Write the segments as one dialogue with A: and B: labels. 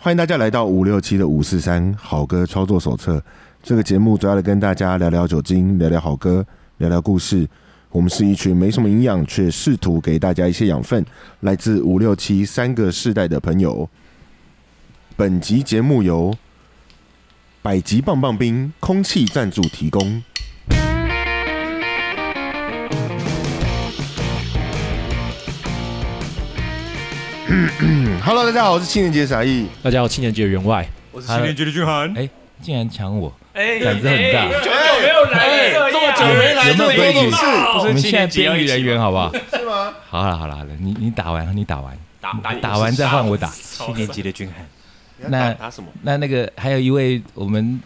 A: 欢迎大家来到五六七的五四三好歌操作手册。这个节目主要来跟大家聊聊酒精，聊聊好歌，聊聊故事。我们是一群没什么营养，却试图给大家一些养分，来自五六七三个世代的朋友。本集节目由百吉棒棒冰空气赞助提供。Hello，大家好，我是青年节傻义。
B: 大家好，青年节员外，
C: 我
D: 呃
C: 是青年局的俊涵。
E: 哎竟然抢我！
F: 哎，
E: 胆子很大
F: 哎久久没有来了，这么久
E: 没来有没有规矩
A: 是
E: 我们现在边缘人好不好？
A: 是吗？
E: 好了好了好了，你你打完，你打完，
F: 打打
E: 打完再换我打。
C: 青年级的俊涵，
E: 那
A: 打什么？
E: 那那个还有一位我们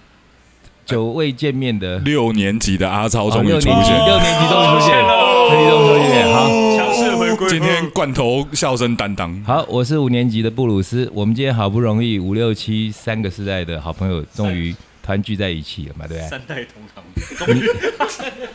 E: 久未见面的
D: 六年级的阿超
E: 哦
D: 终于
B: 啊
E: 六
D: 出
E: 年级，
D: 现，
E: 六年级终于出现了，
F: 哦
E: 六年级终于出现了。
C: 强势回归。
D: 今天罐头笑声担当，
E: 好，好，我是五年级的布鲁斯。我们今天好不容易五六七三个世代的好朋友终于团聚在一起了嘛，对不对？
C: 三代同堂，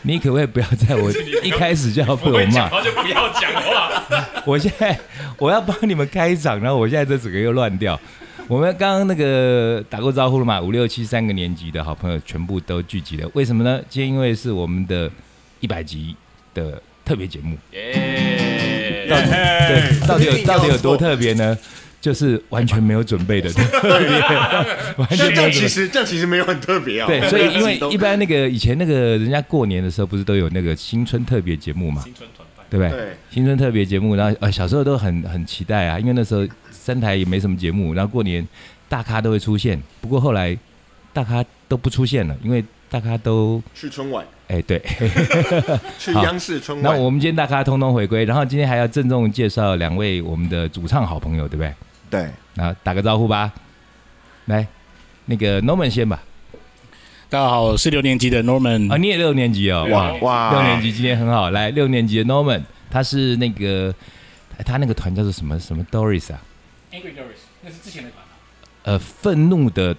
E: 你可不可以不要在 我一开始就要被我骂？
F: 就不要讲话。
E: 我现在我要帮你们开场，然后我现在这整个又乱掉。我们刚刚那个打过招呼了嘛？五六七三个年级的好朋友全部都聚集了，为什么呢？今天因为是我们的一百集的特别节目，
F: 耶，
E: 到底对到底
A: 一定
E: 有
A: 要
E: 到底有多
A: 做
E: 特别呢？就是完全没有准 备的特别，完全没有准备。
A: 实这样其实没有很特别啊
E: 对，所以 因为一般那个以前那个人家过年的时候，不是都有那个新春特别节目嘛？
F: 青春团拜。
E: 对不对？
A: 对
E: 新春特别节目，然后呃小时候都很很期待啊，因为那时候三台也没什么节目，然后过年大咖都会出现，不过后来大咖都不出现了，因为大咖都
A: 去春晚，
E: 哎对，
A: 去
E: 好
A: 央视春
E: 那
A: 晚。
E: 我们今天大咖通通回归，然后今天还要郑重介绍两位我们的主唱好朋友，对不对？
A: 对，
E: 那打个招呼吧，来。那个 Norman 先吧，
G: 大家好，我是六年级的
E: 啊，
B: 嗯
G: Norman。
E: 你也六年级哦，哇
A: 哇哇，
E: 六年级今天很好，来六年级的 Norman，他是那个他那个团叫做什么什么 Doris 啊，
F: Angry Doris，那是之前的团啊，
E: 呃，愤怒的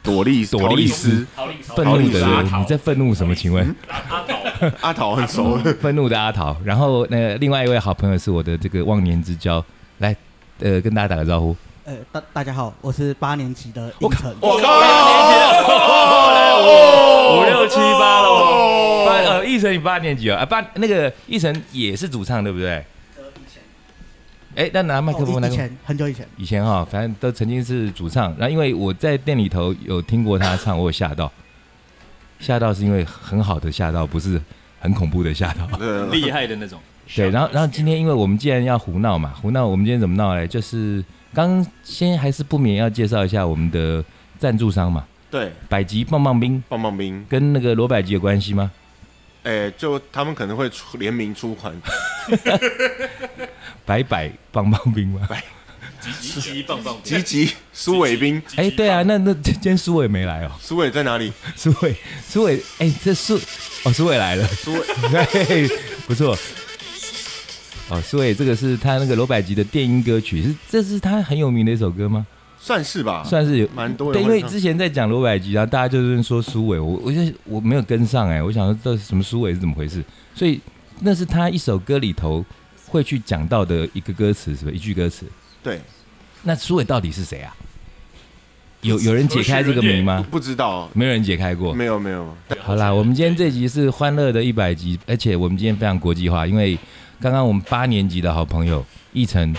A: 朵莉斯
E: 朵莉斯，
F: 逃离逃
E: 愤
A: 好
E: 怒
A: 意思
E: 的
A: 啊
E: 人，你在愤怒什么？请问，
H: 嗯
F: 阿桃，
A: 阿桃很熟，
E: 愤怒的阿桃。然后那另外一位好朋友是我的这个忘年之交，来，呃，跟大家打个招呼。
H: 呃，大大家好，我是八年级的应成。
A: 我靠
E: 五六七八喽，八呃，奕晨你八年级哦，啊八那个奕晨也是主唱对不对？哎，那拿麦克风
H: 呃哦
E: 来
H: 以。前很久以前，
E: 以前哈、反正都曾经是主唱，然后因为我在店里头有听过他唱，我有吓到，吓到是因为很好的吓到，不是很恐怖的吓到。
A: 对，
C: 厉害的那种。
A: 啊
E: 对，然后然后今天因为我们既然要胡闹嘛，胡闹我们今天怎么闹嘞？就是刚先还是不免要介绍一下我们的赞助商嘛，
A: 对，
E: 百吉棒棒冰
A: 棒棒冰，
E: 跟那个罗百吉有关系吗？
A: 哎，就他们可能会出联名出款，
E: 百百棒棒冰吗？
C: 极极棒棒，
A: 吉吉苏伟斌，
E: 哎，对啊，那那今天苏伟没来哦，
A: 苏伟在哪里？
E: 苏伟苏伟，哎，这苏哦苏伟来了，
A: 苏 伟，
E: 对，不错。哦，苏伟，这个是他那个罗百吉的电音歌曲，是这是他很有名的一首歌吗？
A: 算是吧，
E: 算是有
A: 蛮多人
E: 对，因
A: 会
E: 为
A: 唱
E: 之前在讲罗百吉，然后大家就是说苏伟，我我就我没有跟上哎、我想说这什么苏伟是怎么回事？所以那是他一首歌里头会去讲到的一个歌词，是吧？一句歌词。
A: 对，
E: 那苏伟到底是谁啊？有有人解开这个谜吗？
A: 不知道，
E: 没有人解开过。
A: 没有没有，
E: 好啦，我们今天这集是欢乐的一百集，而且我们今天非常国际化，因为刚刚我们八年级的好朋友奕晨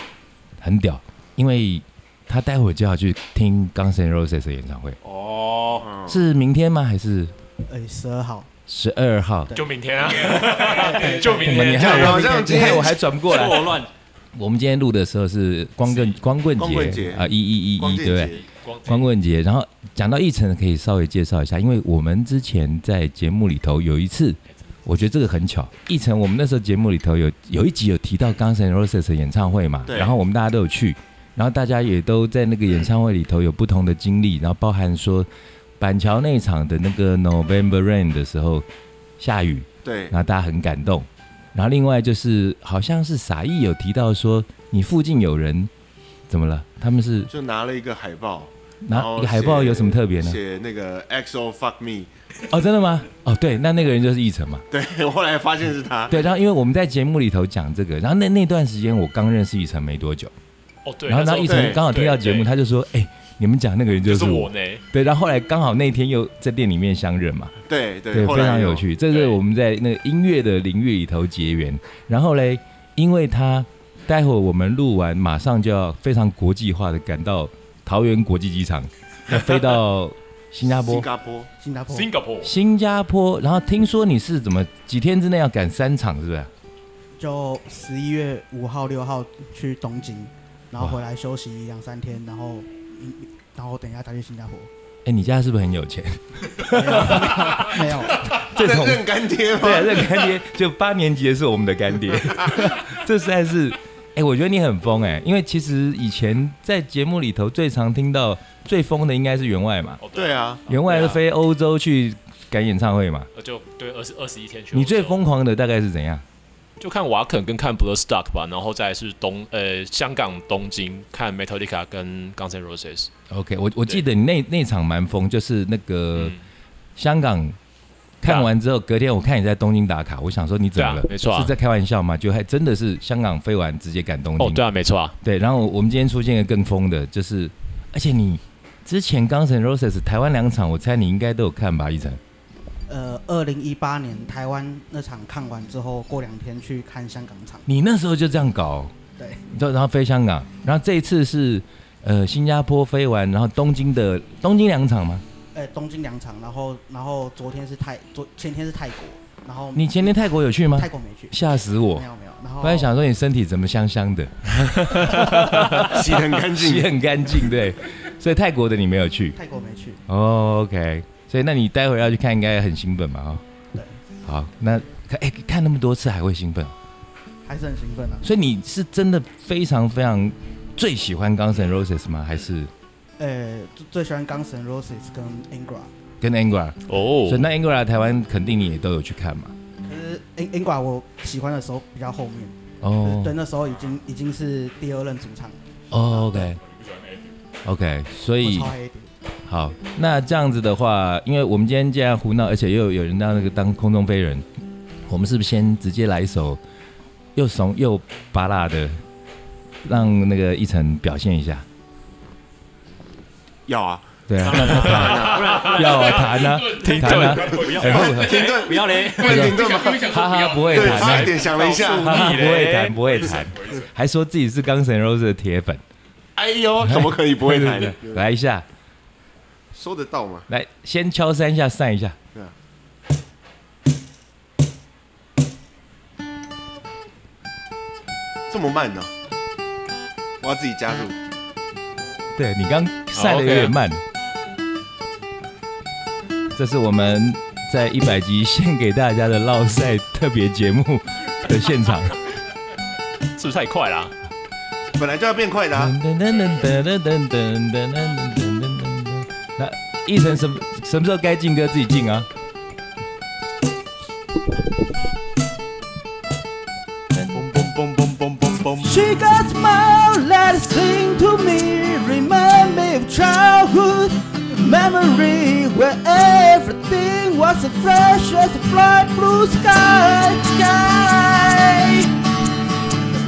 E: 很屌，因为他待会儿就要去听 Guns N' Roses 的演唱会，
C: 哦，
A: 嗯
E: 是明天吗？还是
H: 呃，十二号，
E: 十二号？
F: 就明天啊，就明
E: 你
F: 天。
E: 害
A: 哎这样
E: 我，
A: 好像
E: 你害我还转不过来。
C: 错乱。
E: 我们今天录的时候是光棍光棍
A: 光棍节
E: 节啊，一一一
A: 光
E: 一，
A: 剑
E: 对不对？
A: 杰，
E: 光棍节，然后讲到奕晨，可以稍微介绍一下，因为我们之前在节目里头有一次，我觉得这个很巧，奕晨，我们那时候节目里头有有一集有提到 Guns N' Roses 的演唱会嘛，
A: 对
E: 然后我们大家都有去，然后大家也都在那个演唱会里头有不同的经历，然后包含说板桥那一场的那个 November Rain 的时候下雨，
A: 对
E: 然，后大家很感动。然后另外就是，好像是傻义有提到说，你附近有人怎么了？他们是
A: 就拿了一个海报，
E: 拿
F: 哦
E: 一个海报
A: 写
E: 有什么特别呢？
A: 写那个 XO Fuck Me，
E: 哦，真的吗？哦，对，那那个人就是奕晨嘛。
A: 对我后来发现是他，
E: 对，然后因为我们在节目里头讲这个，然后那那段时间我刚认识奕晨没多久，
F: 哦，对，
E: 然后然
F: 那时
E: 后
F: 候
E: 奕晨刚好听到
F: 对
E: 节目，
F: 对
E: 他就说：“哎，你们讲那个人就
F: 就是是
E: 我。
F: 我呢，
E: 对，然后后来刚好那天又在店里面相认嘛，
A: 对对
E: 对，
A: 后
E: 非
A: 来
E: 常有趣。这是
F: 对
E: 我们在那个音乐的领域里头结缘。然后嘞，因为他待会儿我们录完，马上就要非常国际化的赶到桃园国际机场，要飞到新加坡
A: 新。加坡
H: 新加坡
F: Singapore
E: 新加坡，然后听说你是怎么几天之内要赶三场，是不是？
H: 就十一月五号、六号去东京，然后
E: 哇
H: 回来休息两三天，然后嗯然后等一下再去新加坡。
E: 哎，你家是不是很有钱？
H: 没有，
E: 这种
A: 认干爹吗？
E: 对，这干爹就八年级的是我们的干 爹，这实在是，哎、我觉得你很疯哎、因为其实以前在节目里头最常听到最疯的应该是员外嘛，
F: 哦
A: 对， 啊，
E: 员外是飞欧洲去赶演唱会嘛，
F: 呃就对二十二十一天去。
E: 你最疯狂的大概是怎样？
F: 就看瓦肯跟看 Bloodstock 吧，然后再来是东呃香港东京看 Metallica 跟 Guns N' Roses。
E: OK，我我记得你那那场蛮疯，就是那个、
F: 嗯
E: 香港看完之后，隔天我看你在东京打卡，我想说你怎么了？
F: 对啊没错啊
E: 是在开玩笑吗？就还真的是香港飞完直接赶东京。
F: 哦，对啊，没错啊，
E: 对，然后我们今天出现一个更疯的，就是，而且你之前刚 n Roses 台湾两场，我猜你应该都有看吧，一晨？
H: 呃，二零一八年台湾那场看完之后，过两天去看香港场。
E: 你那时候就这样搞，
H: 对，
E: 你知道然后飞香港，然后这一次是呃新加坡飞完，然后东京的东京两场吗？
H: 呃，东京两场，然后然后昨天是泰，昨前天是泰国，然后
E: 你前天泰国有去吗
H: 泰？国没去，
E: 吓死我
H: 没！有没有。然后
E: 我在想说你身体怎么香香的，
A: 洗得很干
E: 洗
A: 净。
E: 很干净，对，所以泰国的你没有去。
H: 泰国没去，
E: 哦，OK，所以那你待会儿要去看，应该很兴奋吧？哦，
H: 对，
E: 好，那看哎、看那么多次还会兴奋，
H: 还是很兴奋啊。
E: 所以你是真的非常非常最喜欢 Guns N' Roses 吗？还是
H: 呃，最最喜欢 Guns N' Roses 跟 Ingra，
E: 跟 Angra？、
F: 哦
E: 所以那 Angra 台湾肯定你也都有去看嘛？
H: 可是 In Ingra 我喜欢的时候比较后面，
E: 哦、
H: 对，那时候已经已经是第二任主唱，
E: 哦，OK。OK，所
H: 我
E: 以
H: 超黑的。
E: 好，那这样子的话，因为我们今天既然胡闹，而且又有人到那个当空中飞人，我们是不是先直接来一首又怂又拔辣的，让那个一晨表现一下？
A: 要啊，
E: 对啊， 要啊，弹啊，弹啊，很后 悔，
A: 停顿，
C: 不要嘞，
A: 不能停顿吗？
E: 哈哈，不会
A: 对，
E: 弹
A: 差
E: 啊
A: 一。点想了一下，
E: 哈哈，不会弹，不会 弹，还说自己是钢神 Rose 的铁粉，
A: 哎 呦，怎么可以不会弹呢？
E: 来一下，
A: 收得到吗？
E: 来先敲三下，散一下
A: 对啊。这么慢呢？我要自己加入。
E: 对你刚散的有点慢。这是我们在一百集献给大家的绕赛特别节目的现场。
F: 是不是太快啦？
A: 本来就要变快的、啊，
E: 噔噔噔噔噔噔噔噔噔噔噔噔。那一晨什么什么时候该进歌自己进啊？
B: She got smile, let's sing to me. Remind me of childhood memory where everything was as fresh as a bright blue sky. sky.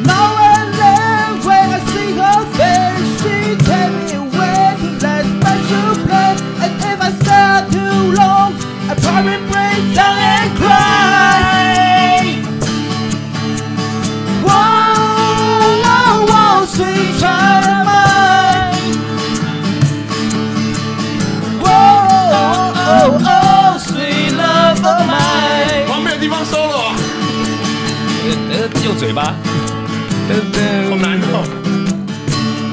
B: Now and then, when I see her face, she tell me when to that special place. And if I stay too long, I probably break down and cry. Whoa, whoa, whoa, sweet child of mine. Whoa, oh, oh, oh, sweet love of mine.
A: 旁边有地方收了哦。
E: 呃，用嘴巴。好难哦。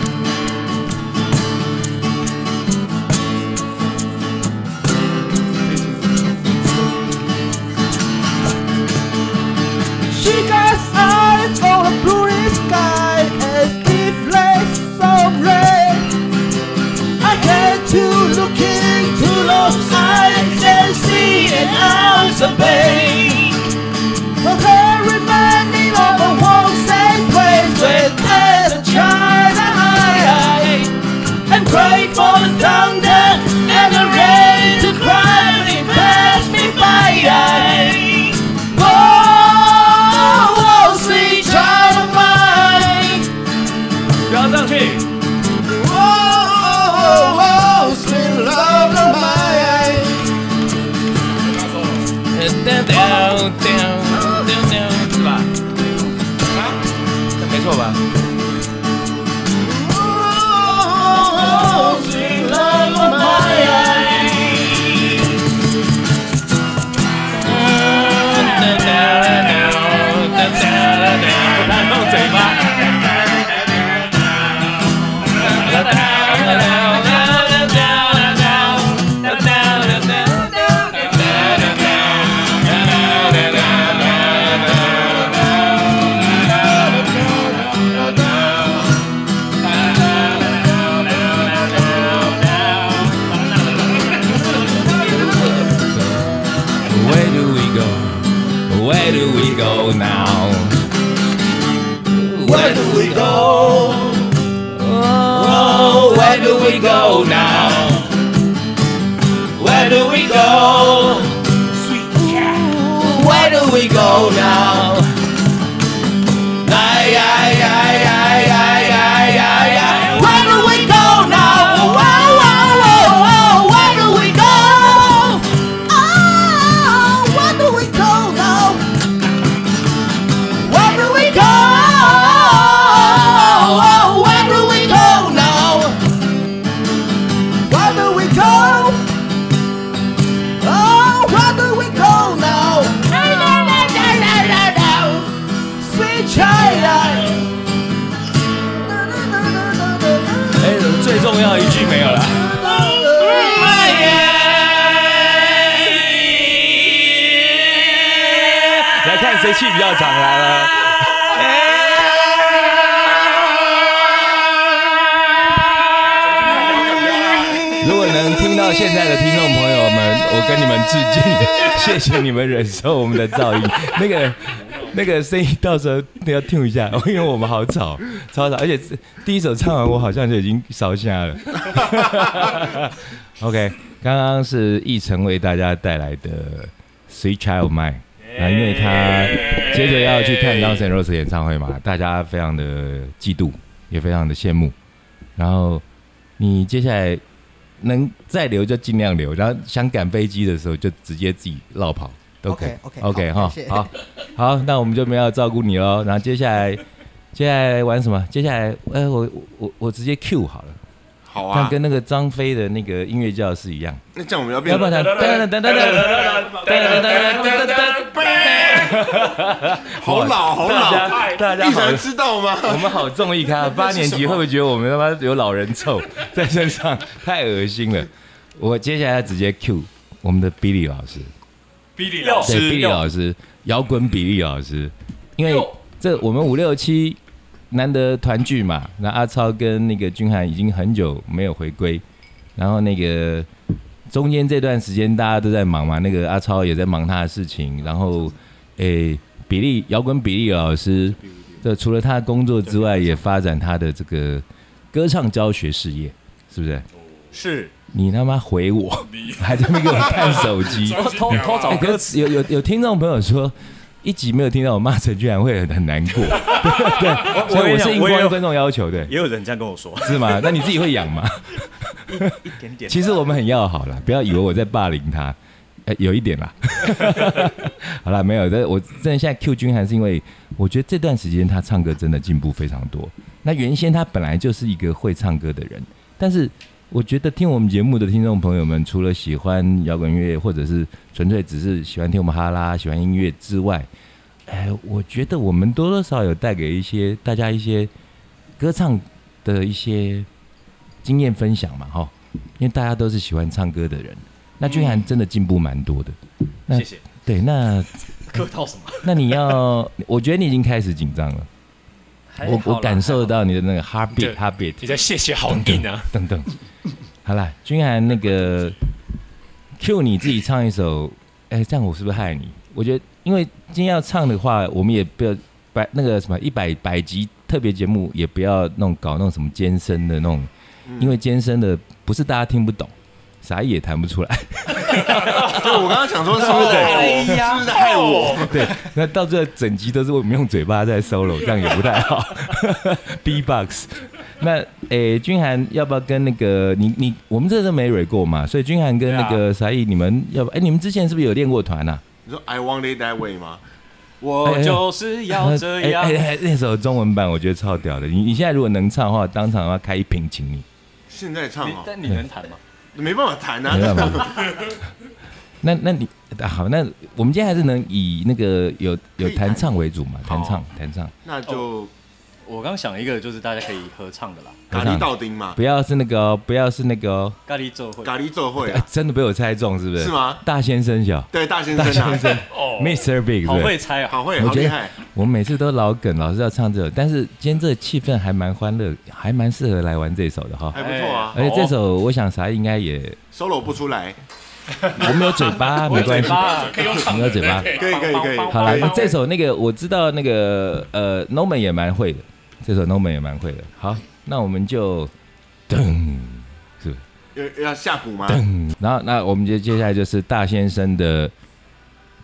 B: She got eyes for a blue sky and deep legs of red. I get to look into those eyes and see an ounce of pain. For her reminding of a warm same place where there's a child I and pray for the thunder and the rain to quietly pass me by. Whoa, whoa, sweet child of mine. 不要上去。Whoa,
E: go now? Where do we go? Oh, where do we go now? Where do we go? Where do we go now? Ay, ay, ay, ay, ay, ay, ay, ay. Where do we go now? Whoa, whoa, whoa, whoa. Where do we go? Oh, where do we go now? Where do we go? Oh, where do we go now? Where do we go? Oh, where do we go now? Na, na, na, na, na, na, na. Sweet China. 哎，最重要一句没有了。来看谁气比较长来了。如果能听到现在的听众朋友们，我跟你们致敬，谢谢你们忍受我们的 噪音。那个。那个声音到时候要听一下，因为我们好吵，超吵，而且第一首唱完，我好像就已经烧瞎了。OK，刚刚是奕晨为大家带来的《Sweet Child Mine》，啊，因为他接着要去看 Guns N' Roses 演唱会嘛，大家非常的嫉妒，也非常的羡慕。然后你接下来能再留就尽量留，然后想赶飞机的时候就直接自己绕跑都可以。
H: OK，OK，
E: OK
H: 好
E: 哈
H: 谢，谢
E: 好好，那我们就没有照顾你喽。然后接下来接下来玩什么？接下来呃，我我我我直接 Q 好啊了。
A: 好
E: 但跟那个张飞的那个音乐教室一样，
A: 那这样我们要
E: 要
A: 变
E: 不然等等等等
A: 好老好
E: 大
A: 老，
E: 家大家
A: 一
E: 好
A: 然，知道 吗？
E: 我们好综艺咖，八年级会不会觉得我们他妈有老人臭 在身上，太恶心了。我接下来直接 Q 我们的 Billy 老师，
C: 比利
F: 哦
C: 老
E: 对
C: 师
E: Billy 老师，摇滚比利老师，因为这我们五六七难得团聚嘛，那阿超跟那个君涵已经很久没有回归，然后那个中间这段时间大家都在忙嘛，那个阿超也在忙他的事情，然后诶、比利摇滚比利老师，这除了他的工作之外，也发展他的这个歌唱教学事业，是不是？
C: 是
E: 你他妈回我，还在那边给我看手机，
F: 偷偷找
E: 哎可是有有有听众朋友说，一集没有听到我骂陈居然会很很难 过，对对，所以我是应
C: 我也
E: 光
C: 有
E: 观众要求的，
C: 也有人这样跟我说，
E: 是吗？那你自己会养吗？
C: 一点点。
E: 其实我们很要好啦，不要以为我在霸凌他，呃，有一 点啦。好啦，没有，但我真的现在 Q 君还是因为我觉得这段时间他唱歌真的进步非常多。那原先他本来就是一个会唱歌的人，但是我觉得听我们节目的听众朋友们，除了喜欢摇滚乐，或者是纯粹只是喜欢听我们哈拉、喜欢音乐之外，哎，我觉得我们多多少少有带给一些大家一些歌唱的一些经验分享嘛，哈。因为大家都是喜欢唱歌的人，那君涵真的进步蛮多的。那
C: 谢谢。
E: 对，那
F: 客套什么？
E: 那你要，我觉得你已经开始紧张了，
F: 哎
E: 我我感受到你的那个 heartbeat
F: 对
E: heartbeat
F: 你在谢谢好硬啊！
E: 等等。好啦，君涵那个 Q 你自己唱一首，哎、这样我是不是害你？我觉得，因为今天要唱的话，我们也不要百那个什么一百百集特别节目，也不要弄搞那种什么艰深的那种，因为艰深的不是大家听不懂，啥也弹不出来。
A: 对，我刚刚想说是不是得
H: 哎呀，
A: 害我？
E: 对，那到最后整集都是我们用嘴巴在 solo，这样也不太好。B-box，那诶，君涵要不要跟那个你你我们这都没蕊过嘛，所以君涵跟那个沙溢，你们要不哎，你们之前是不是有练过团啊？
A: 你说 I want it that way 吗？
C: 我就是要这样
E: 哎。哎哎那首中文版我觉得超屌的，你你现在如果能唱的话，当场的话开一瓶请你，
A: 现在唱啊，
F: 但你能弹吗？
A: 没办法弹
E: 没办
A: 啊。
E: 法。那那你啊好，那我们今天还是能以那个有有
A: 可以
E: 弹
A: 弹
E: 唱为主嘛，弹
A: 好
E: 唱弹唱，
A: 那就
E: 哦
I: 我刚想一个，就是大家可以合唱的啦，
A: 咖喱倒丁嘛，
E: 不要是那个哦，不要是那个哦。
I: 咖喱奏会。
A: 咖喱做会
E: 哎
A: 啊，
E: 真的被我猜中，是不是？
A: 是？吗？
E: 大先生小
A: 对，大先
E: 大
A: 生
E: 先
A: 啊，
E: 生
F: 哦
E: Mr. Big，
I: 好
E: 对不对
I: 会猜啊！
A: 好会，
E: 我
A: 好
E: 觉
A: 厉
E: 得
A: 害。
E: 我们每次都老梗，老是要唱这首，但是今天这个气氛还蛮欢乐，还蛮适合来玩这首的哈。
A: 还不错啊，
E: 而且这首我想啥应该也
A: solo 不出来，
E: 我们有嘴巴，没关系，
F: 啊
B: 可以用
E: 我
B: 唱
E: 们有嘴巴。
A: 可以可以可以，
E: 哎好了，这首那个我知道，那个呃，Norman 也蛮会的，这首 Norman 也蛮会的。好，那我们就噔，
A: 要要下鼓吗？
E: 然后那我们就接下来就是大先生的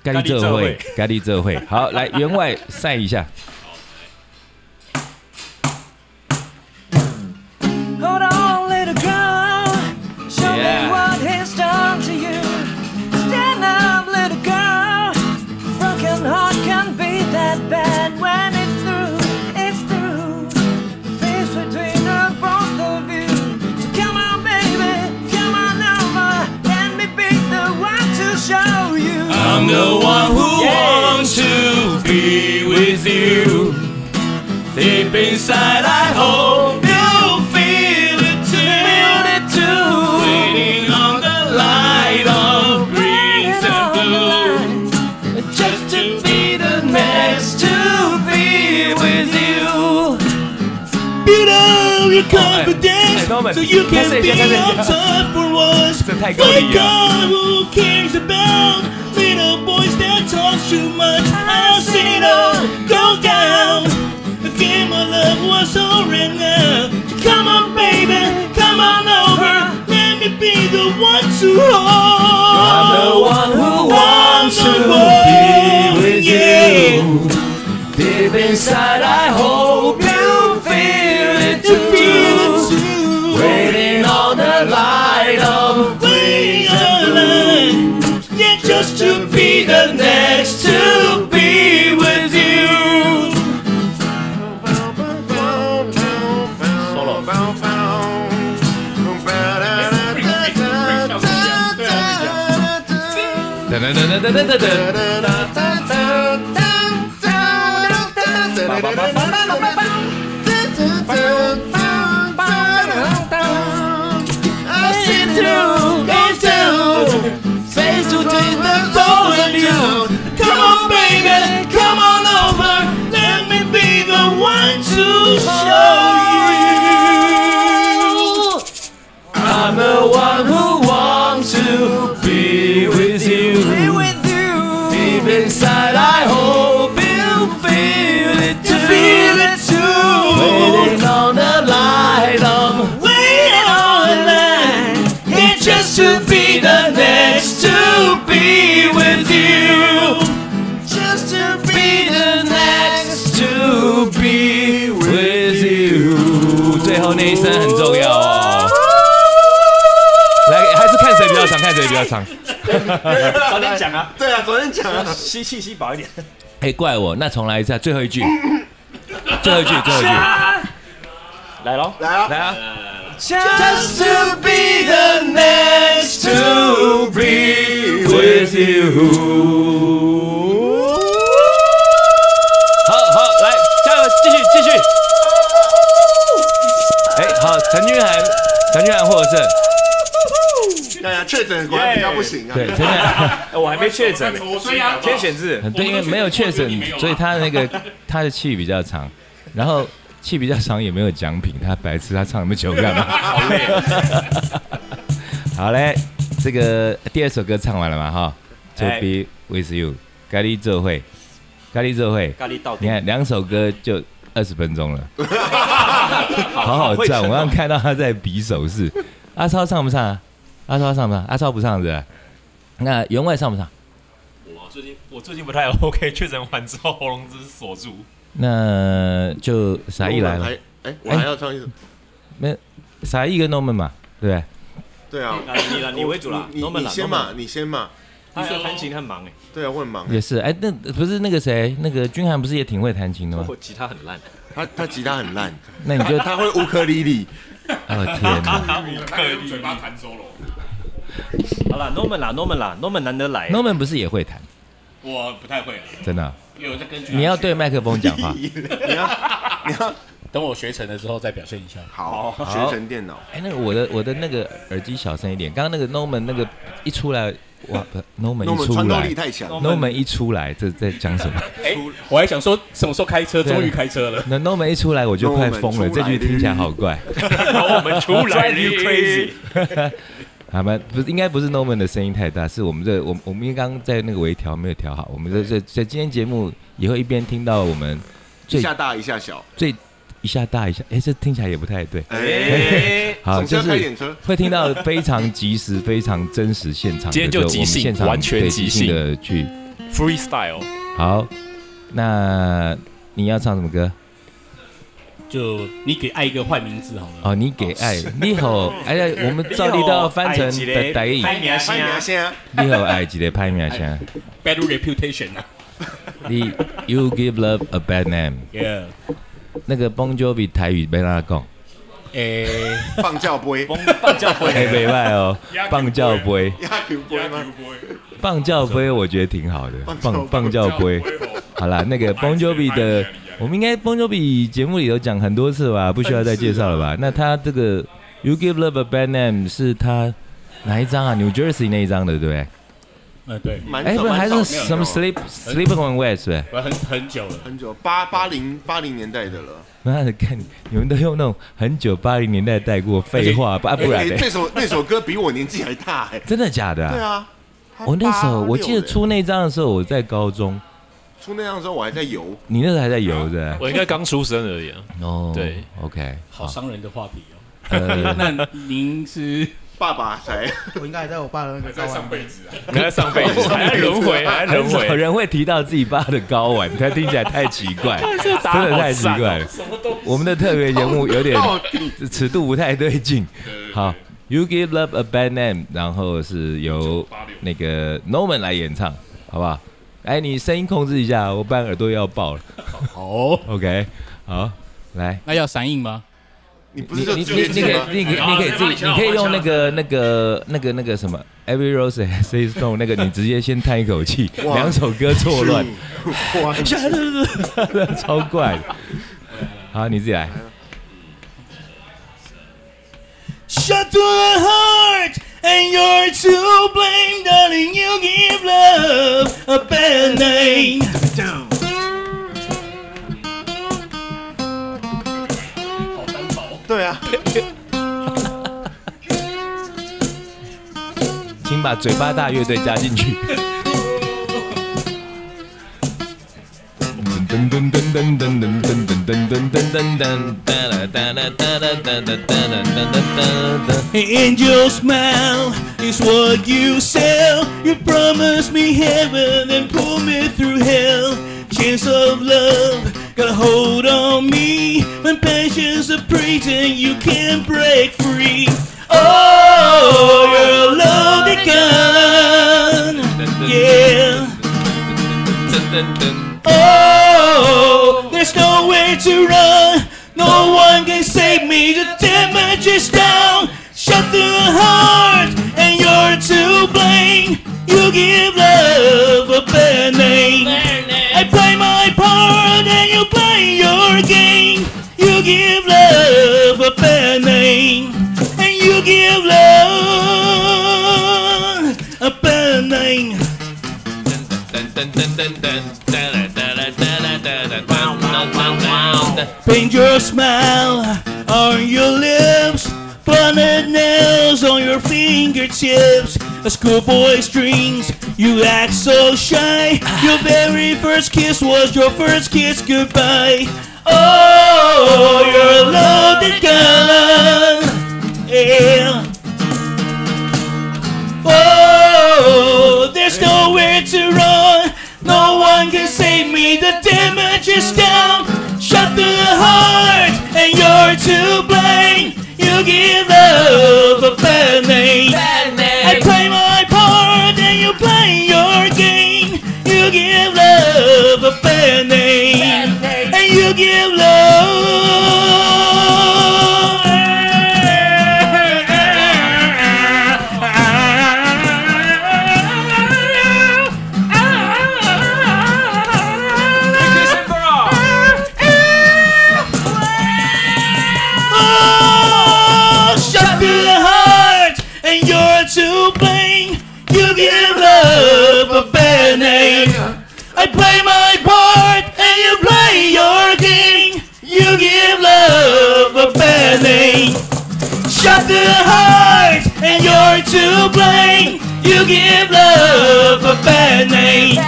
E: 咖喱
F: 喱
E: 这
F: 这
E: 会
F: 会，
E: 咖喱这会。好，来员外晒一下，
I: Hold on, little girl. Show me
B: Yeah.
I: what he's done to you. Stand up, little girl. Broken heart can be that bad when it's through. It's through. Face between the both of you. So come on, baby. Come on over. Let me be the one to show you.
B: I'm the one who wants to be with you. Deep inside, I hope you feel it too. Feel it too. Waiting on the light of greens and blue. Just to be the next to be with you. Beat all your confidence
E: Norman，
B: so you
E: 开
B: can
E: 始
B: be
E: 开始
B: on time for once.
E: 这太够
B: But
E: 力了。
B: God who cares about little boys that talk too much. I've seen it all go down. The game of love was over and now. So come on, baby, come on over. Let me be the one to hold. I'm the one who wants to be with you. Deep inside, I hope you feel it too. Waiting on the light of Waiting yeah, just to be the next to be with you.
A: Solo。
E: 噔噔噔噔噔噔噔。
B: Come on, baby, come on over. Let me be the one to show you. I'm the one who wants to be with you. Be with you. Deep inside, I hope you feel it too. Feel it too. Waiting on the light, I'm waiting on the light. It's just to be the next to be with you. Just to be the next to be with you. 最后那一声很重要哦。来，还是看谁比较长，看谁比较长。
F: 早点讲啊，
A: 对啊，昨天讲了。
F: 吸气吸饱一点。
E: 哎、怪我，那重来一下，最后一句，最后一句，最后一句，
F: 来喽，
E: 来啊！
B: Just to be the next to be with you.
E: 好好来，加油，继续继续。哎、好，陈俊涵，陈俊涵获胜，
A: 哎呀，确诊果然比较不行啊。
E: 对，陈俊涵，
F: 哎我还没确诊呢，
B: 所以啊，
F: 天选制。
E: 对，因为没有啊确诊，所以他那个 他的气比较长，然后气比较长也没有奖品，他白痴，他唱那么久干嘛？ 好累。好嘞，这个第二首歌唱完了嘛？哈，To
F: 哎
E: be with you，咖喱这会，咖喱这会，
F: 咖喱到
E: 你
F: 底，
E: 看两首歌就二十分钟了，好好赚。我刚刚看到他在比手势，阿超唱不唱啊？阿超唱不唱？阿超不唱是吧？那员外唱不唱？
B: 我最近我最近不太 OK，确诊完之后喉咙只是锁住。
E: 那就傻一来了，，
A: 哎，我还要唱一首。
E: 没傻一跟 Norman 嘛，对不对？
A: 对啊，
F: 啊你啦，你为主啦，
A: 你
F: 都们
A: 你
F: 啦，
A: 先嘛，你先嘛。
F: 他要弹琴很忙哎，
A: 对啊，我很忙。
E: 也是，哎，那不是那个谁，那个君涵不是也挺会弹琴的吗
J: 哦
F: 我？吉他很烂。
A: 他他吉他很烂，
E: 那你就，
A: 他会乌克丽丽。
E: 哦天
F: 啊
E: 哪
F: 好啦 n o r m a n 啦 n o r m a n 啦 n o r m a n 难得来，
E: ，Norman 不是也会弹，
J: 我不太会啊，
E: 真的啊？
J: 因为我在根据
E: 你要对麦克风讲话，
K: 等我学成的时候再表现一下。
A: 好，学成电脑。
E: 哎，那个我的我的那个耳机小声一点，刚刚那个 Norman 那个一出来，哇不，Norman
A: 那我
E: 一
A: 们
E: 出
A: 穿透力
E: 来
A: 太强。
E: ，Norman 一出来，这在讲什么？
F: 哎
K: 我还想说什么时候开车，终于开车了。
E: 那 Norman 一出来我就快疯了，
A: Norman 出
E: 这
A: 来
E: 句听起来好怪。
B: 我们出来
F: Drive you crazy
E: 好吧，不是，应该不是 Norman 的声音太大，是我们这我我们因为刚刚在那个微调没有调好，我们在这在今天节目以后一边听到我们
A: 一
E: 最
A: 下大一下小，
E: 最一下大一下，哎，这听起来也不太对，
A: 哎，
E: 好，
A: 总是
E: 就
A: 要开
E: 是啊
A: 眼车，
E: 会听到非常及时、非常真实现场的，
I: 今天就
E: 我们
I: 即兴
E: 现场
I: 完全
E: 对即
I: 即兴
E: 的去。
I: freestyle，
E: 好，那你要唱什么歌？
G: 就你给爱一个坏名字好了。
E: 哦，你给爱，你好，哎呀，我们照例都要翻成的台语，
C: 拍明星
A: 拍
C: 啊
A: 明，星啊，
E: 你好爱一个歹名声，
G: Bad reputation 啊
E: 你 You give love a bad name。
G: ，Yeah，
E: 那个 Bon Jovi 台语没让他 讲，
G: 诶，
A: 放教杯，
C: 棒教会
E: 哎，没办哦，棒教杯，
A: 压球杯吗？
E: 棒教杯我觉得挺好的，棒棒教杯。哦好啦，那个 Bon Jovi 的，我们应该 Bon Jovi 节目里头讲很多次吧，不需要再介绍了吧？那他这个 You Give Love a Bad Name 是他哪一张啊？New Jersey 那一张的，对不对？
G: 嗯，对，
A: 蛮
E: 哎，不是，还是什么
A: 时
E: Sleep Sleep on West 对不对？
G: 我很很久了，
A: 很久八八零八零年代的了，
E: 妈的，看你你们都用那种很久八零年代带过废话，不啊不然
A: 哎
E: 嘞，
A: 这首那首歌比我年纪还大哎，
E: 真的假的
A: 对
E: 啊？
A: 啊，他
E: 我那时候
A: 86
E: 我记得
A: 的
E: 出那张的时候，我在高中，
A: 出那样的时候我还在游，
E: 你那时候还在游着。
I: 我应该刚出生而已啊。
E: 哦，
I: 对
E: ，OK，
G: 好伤人的话题哦。
E: 呃，
G: 那您是
A: 爸爸才
H: 我应该还在我爸的那个高玩。
D: 辈子啊，
I: 你在上辈子，还在轮回，还在
E: 很
I: 轮
E: 少
I: 回，
E: 人会提到自己爸的睾丸， 他听起来太奇 怪，真
I: 答案
E: 的
I: 好
E: 太奇
I: 赞哦
E: 怪了。我们的特别节目有点
A: 到底
E: 尺度不太对劲。好，You Give Love a Bad Name，然后是由那个 Norman 来演唱，好不好？哎，你声音控制一下，我不然耳朵又要爆了。
G: 哦，
E: OK，好，来，
G: 那要闪应吗？
A: 你不
E: 你
A: 是就
E: 你
A: 只
E: 你
A: 有一
E: 你
A: 个
E: 可以
A: 吗？
E: 你可以你可以自己，你可以用那个那个那个那个什么 Every Rose Has Its Thorn 那个，你直接先叹一口气，
A: 哇
E: 两首歌错乱，
A: 哇，
E: 超怪的。好，你自己来。
B: Shot to the heart, and you're to blame, darling. You give love a bad name.
A: Shut- 对啊，
E: 请把嘴巴大乐队加进去。噔噔噔噔噔噔噔噔噔噔噔噔噔，哒啦哒啦哒啦哒啦哒啦哒啦哒啦。
B: Angel smile is what you sell. You promise me heaven and pull me through hell. Chance of love got a hold on me. When passions are breathing, you can't break free. Oh, you're a love that can, yeah. Oh, there's no way to run. No one can save me. The damage is down. Shut through the heart, and you're to blame. You give love a bad name. I play my part, and you play your game. You give love a bad name, and you give love a bad name.
E: 噔
B: Paint your smile on your lips, planet nails on your fingertips. A schoolboy strings, you act so shy. Your very first kiss was your first kiss goodbye. Oh, you're a loaded gun. Yeah. Oh, there's nowhere to run. No one can save me. The damage is down. Shot through the heart, and you're to blame. You give love a bad name. I play my part, and you play your game. You give love a bad name, and you give love. Oh, shot through the heart, and you're to blame. You give love a bad name. I play my part, and you play your game. You give love a bad name. Shot to the heart, and
F: and you're to blame. You give love a bad name.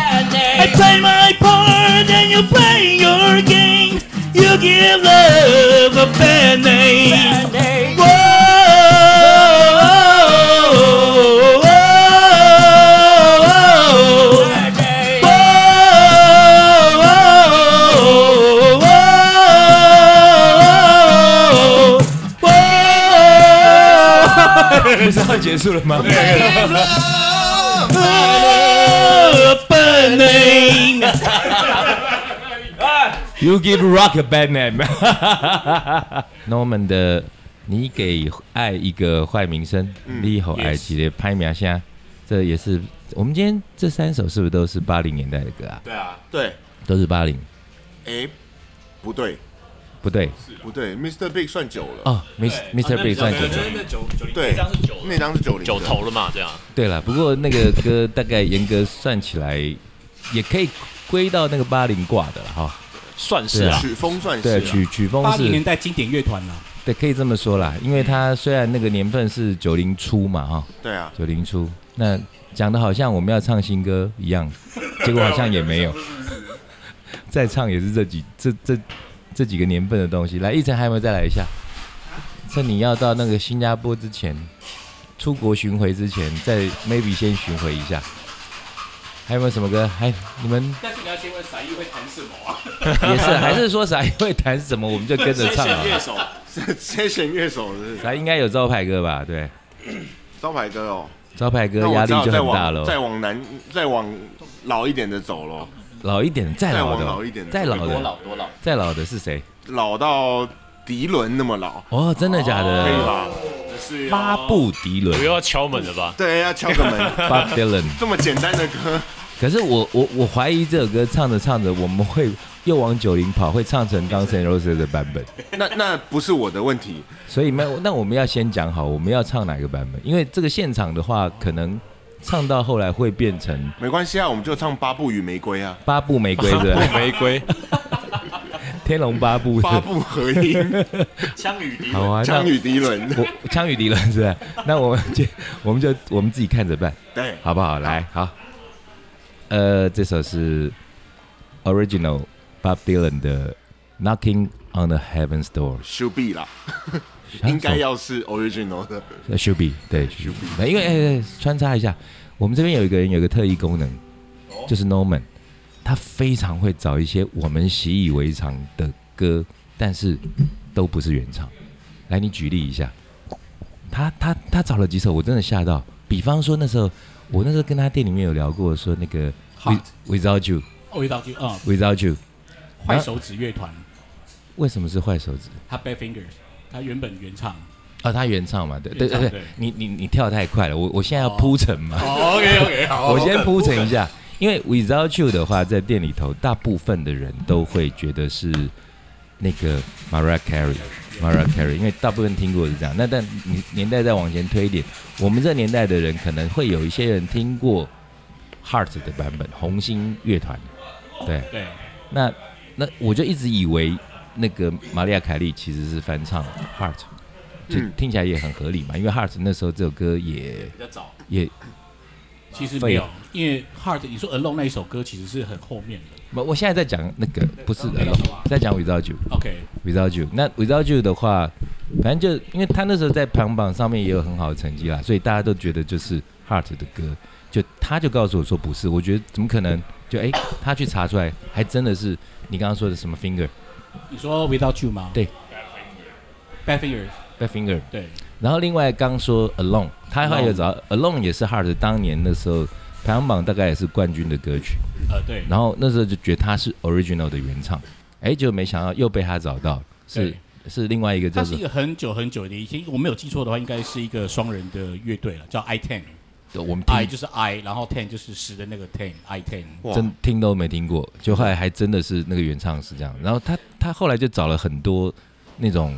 F: I play my part and you play your game. You give love a bad name. Whoa.
E: 不是要结束了吗？
F: Bad name.
E: You give rock a bad name 。Norman 的，你给爱一个坏名声，你后爱一个拍名声，这也是我们今天这三首是不是都是八零年代的歌啊？
A: 对啊，
L: 对，
E: 都是八零，
A: 哎，不对，
E: 不对
A: 不对，Mr. Big 算久了
E: 哦，Mis- 对 Mr. 啊那 Big 算久了
C: 那九九零
A: 对，
C: 那张是九了
A: 那张是九零
I: 九头了嘛，这样。
E: 对了，不过那个歌大概严格算起来，也可以归到那个八零挂的了哈。
I: 算
E: 是啊
A: 曲风算是
E: 对，
A: 啊
E: 曲曲风
G: 八
E: 是
G: 零年代经典乐团啦，
E: 对，可以这么说啦，因为它虽然那个年份是九零初嘛，哈，
A: 对啊，
E: 九零初，那讲的好像我们要唱新歌一样，结果好像也没有，再唱也是这几这这这几个年份的东西。来，一晨还有没有再来一下？趁你要到那个新加坡之前，出国巡回之前，再 maybe 先巡回一下。还有没有什么歌？还你们
G: 但是你要先问傻一会弹什么啊？
E: 也是，还是说啥会弹什么，我们就跟着唱
I: 谁
E: 啊
I: 选。乐手，
A: 先选乐手是不是
E: 啥应该有招牌歌吧？对，
A: 招牌歌哦，
E: 招牌歌
A: 那我
E: 压力
A: 知道
E: 就
A: 再
E: 很大
A: 往
E: 喽。
A: 再往南，再往老一点的走喽，
E: 老一点，再老
A: 再
E: 的，
A: 往老一点的
E: 再老
A: 多
E: 的，
I: 多老？
E: 再老的是谁？
A: 老到迪伦那么老，
E: 哦，真的假
A: 可以
E: 的？
A: 哦吧？是啊
E: 巴布迪伦
I: 我又要敲门了吧？
A: 对，要敲个门，
E: ，Bob Dylan。
A: 这么简单的歌，
E: 可是我我我怀疑这首歌唱着唱着，我们会又往九零跑，会唱成 Guns N' Roses 的版本。
A: 那那不是我的问题，
E: 所以那 那我们要先讲好，我们要唱哪个版本？因为这个现场的话，可能唱到后来会变成
A: 没关系啊，我们就唱《八步与玫瑰》 啊，
E: 八部玫瑰，对不对？
I: 玫瑰，
E: 天龙八部。
A: 八步合 音，
C: 枪与敌人
E: 好啊，那
A: 枪与迪伦，
E: 我 枪与敌人是不是？那我们就我们就我们自己看着办。
A: 对，
E: 好不好？来，好。呃，这首是 original Bob Dylan 的《Knocking on the Heaven's Door
A: 修 B 啦，》， 应该要是 original 的，
E: 呃 should be 对 should be，因为、哎哎穿插一下，我们这边有一个人有个特异功能，就是 Norman，他非常会找一些我们习以为常的歌，但是都不是原唱。来，你举例一下，他他他找了几首，我真的吓到。比方说那时候，我那时候跟他店里面有聊过，说那个
G: Hot
E: With- Without You。
G: 哦，一道就嗯，
E: Without You，
G: 坏手指乐团，
E: 为什么是坏手指？
G: 他 Bad Fingers，他原本原唱。
E: 哦，他原唱嘛，对对
G: 原唱
E: 对对
G: 对，
E: 你你你跳太快了，我我现在要铺陈嘛，
I: OK OK，好
E: 我先铺陈一下，因为 Without You 的话，在店里头，大部分的人都会觉得是那个 Mariah Carey，Mariah Carey，因为大部分听过是这样。那但你年代再往前推一点，我们这年代的人可能会有一些人听过 Heart 的版本，红星乐团，对，
G: 对，
E: 那那我就一直以为那个玛利亚凯莉其实是翻唱 Heart，就
A: 嗯
E: 听起来也很合理嘛，因为 Heart 那时候这首歌也
C: 比较早，
E: 也
G: 其实没有，因为 Hard 你说 Alone 那一首歌其实是很后面的。
E: 不，我现在在讲那个不是呃
G: 那个什么
E: 在讲 Without You。
G: OK，
E: Without You，那 Without You 的话，反正就因为他那时候在排行榜上面也有很好的成绩啦，所以大家都觉得就是 Heart 的歌，就他就告诉我说不是，我觉得怎么可能？就哎、他去查出来，还真的是你刚刚说的什么 Finger
G: 你说 Without You 吗？
E: 对
G: ，Bad Fingers，
E: Bad Finger，
G: 对，
E: 然后另外刚说 Alone，他还有找 Alone 也是 Hard 当年那时候排行榜大概也是冠军的歌曲，
G: 呃，对，
E: 然后那时候就觉得他是 original 的原唱，哎，结果没想到又被他找到，是
G: 对
E: 是另外一个
G: 它
E: 叫
G: 是
E: 做
G: 一个很久很久的，以前我没有记错的话，应该是一个双人的乐队了，叫 I Ten。
E: 我们
G: I
E: 听
G: 就是 I，然后 Ten 就是十的那个 Ten，I Ten。
A: 哇
E: 真听都没听过，就后来还真的是那个原唱是这样，然后他他后来就找了很多那种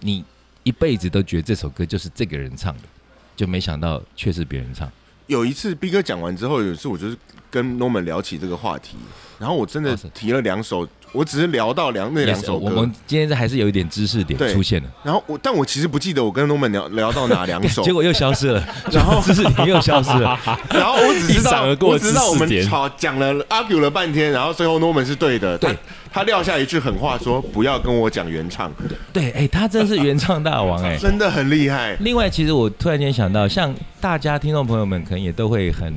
E: 你一辈子都觉得这首歌就是这个人唱的，就没想到却是别人唱。
A: 有一次 B 哥讲完之后，有一次我就是跟 Norman 聊起这个话题，然后我真的
E: 哦是
A: 提了两首我只是聊到两那
E: 也
A: 两
E: 是
A: 首
E: 我
A: 歌
E: 们，今天还是有一点知识点
A: 对
E: 出现了，
A: 然后我但我其实不记得我跟 Norman 聊聊到哪两 首，
E: 结果又消失了，然后知识点又消失了。
A: 然后我只知
I: 一闪
A: 道
I: 而，过
A: 我只知道我
I: 知识
A: 们
I: 点
A: 吵讲了 argue 了半天，然后最后 Norman 是对的，
E: 对
A: 他他撂下一句狠话说不要跟我讲原唱，
E: 对，哎，他真是原唱大王哎。
A: 真的很厉害。
E: 另外，其实我突然间想到，像大家听众朋友们可能也都会很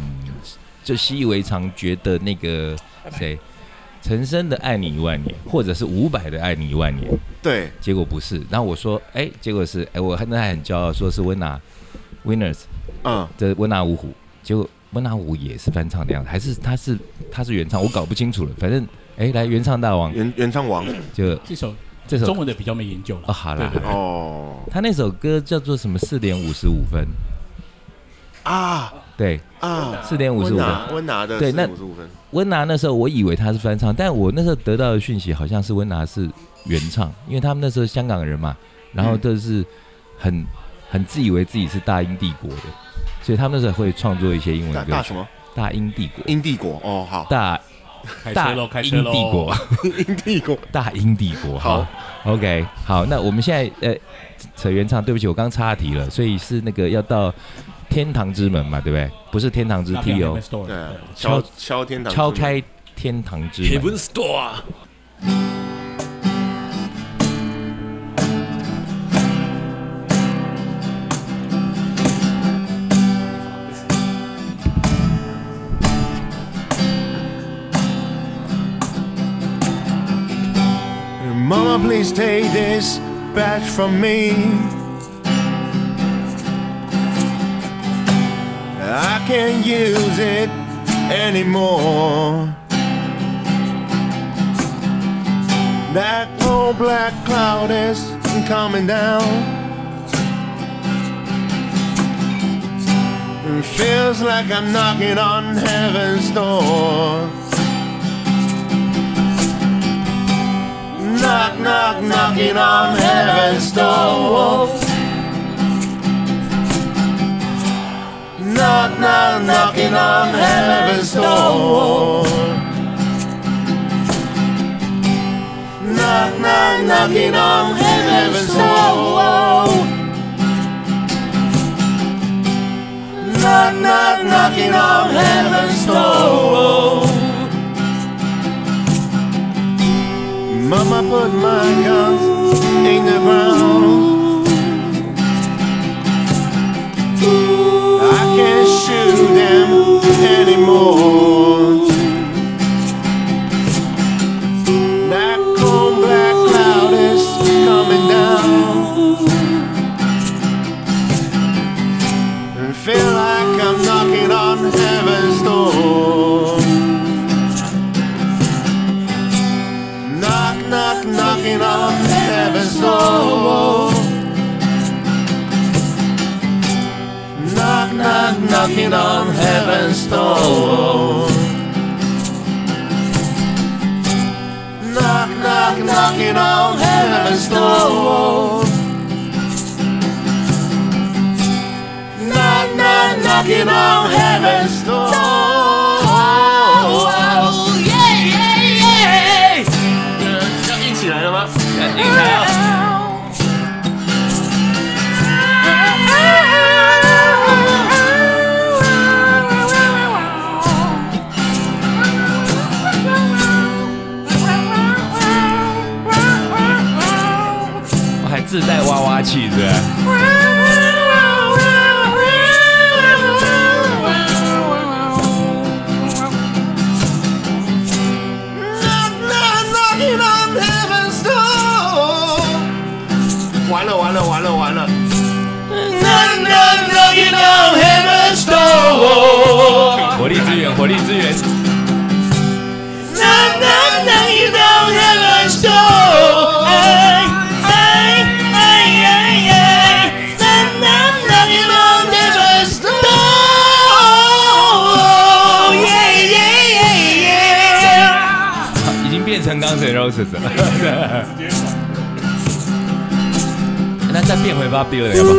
E: 就习以为常，觉得那 个谁陈升的《爱你一万年》，或者是伍佰的《爱你一万年》，
A: 对，
E: 结果不是。然后我说，哎，结果是哎，我那还很骄傲，说是温拿 Winners
A: 嗯，
E: 这温拿五虎，结果温拿五虎也是翻唱的样子，还是他是他是原唱，我搞不清楚了。反正哎，来原唱大王
A: 原原唱王
E: 就
G: 这首
E: 这首
G: 中文的比较没研究
E: 哦，
G: 了。
E: 好啦，
G: 对对
E: 好啦
A: 哦
E: 他那首歌叫做什么？四点五十五分，
A: 啊
E: 对，
A: 啊，
E: 四点五十
A: 温
E: 五分。
A: 拿温拿的
E: 对那嗯
A: 五十五分，
E: 温拿那时候我以为他是翻唱，但我那时候得到的讯息好像是温拿是原唱，因为他们那时候香港人嘛，然后都是很很自以为自己是大英帝国的，所以他们那时候会创作一些英
A: 大
E: 文歌
A: 大
E: 曲
A: 什。么
E: 大英帝国，
A: 英帝国哦， 好
E: 大
G: 开
E: 大
G: 车喽，开车
E: 英
G: 喽！
E: 帝国，
A: 英帝国
E: 大英帝国。
A: 好
E: ，OK，好，那我们现在呃扯原唱，对不起，我刚岔题了，所以是那个要到天堂之门嘛，对不对？不是天堂之
G: 那不要
E: 梯
G: 讲
E: 哦
G: Next，Door
A: 对啊
G: 了，
A: 敲
E: 敲
A: 敲天堂之门，
E: 敲开天堂之门。
I: Heaven Store，
A: Mama, please take this badge from me. I can't use it anymore. That old black cloud is coming down. It feels like I'm knocking on heaven's door. Knock, knock, knocking on heaven's door. Knock, knock, knocking on heaven's door. Knock, knock, knocking on heaven's
I: uh,
A: door. Knock, knock, knocking on heaven's door. Mama put my guns in the ground. I can't shoot them anymore. That cold black cloud is coming down. I feel like I'm knocking on heaven's door. Knock, knock, knocking on heaven's door. Knock, knock, knocking on heaven's door. Knock, knock, knocking on heaven's door. Knock, knock, knocking on heaven's door.
I: 要硬起来了吗？
E: 我还自带娃娃器，对不对？
A: 完了完了完了完了！
E: 活力资源，活力资源。已经变成钢铁 roses 了。 那再变回 Bob Dylan 要不好？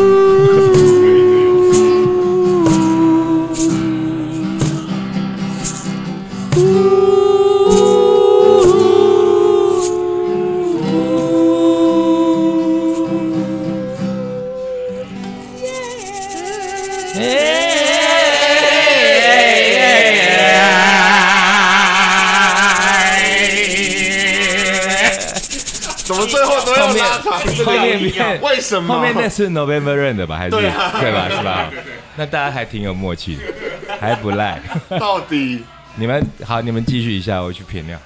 I: 怎么最后都要拉长这
E: 后
I: 个
E: 面
I: 音啊？
E: 面
I: 为什么？
E: 后面那是 November Rain 的吧？还是
I: 对啊
E: 对吧？是吧？那大家还挺有默契的，还不赖。
I: 到底
E: 你们好，你们继续一下，我去品料。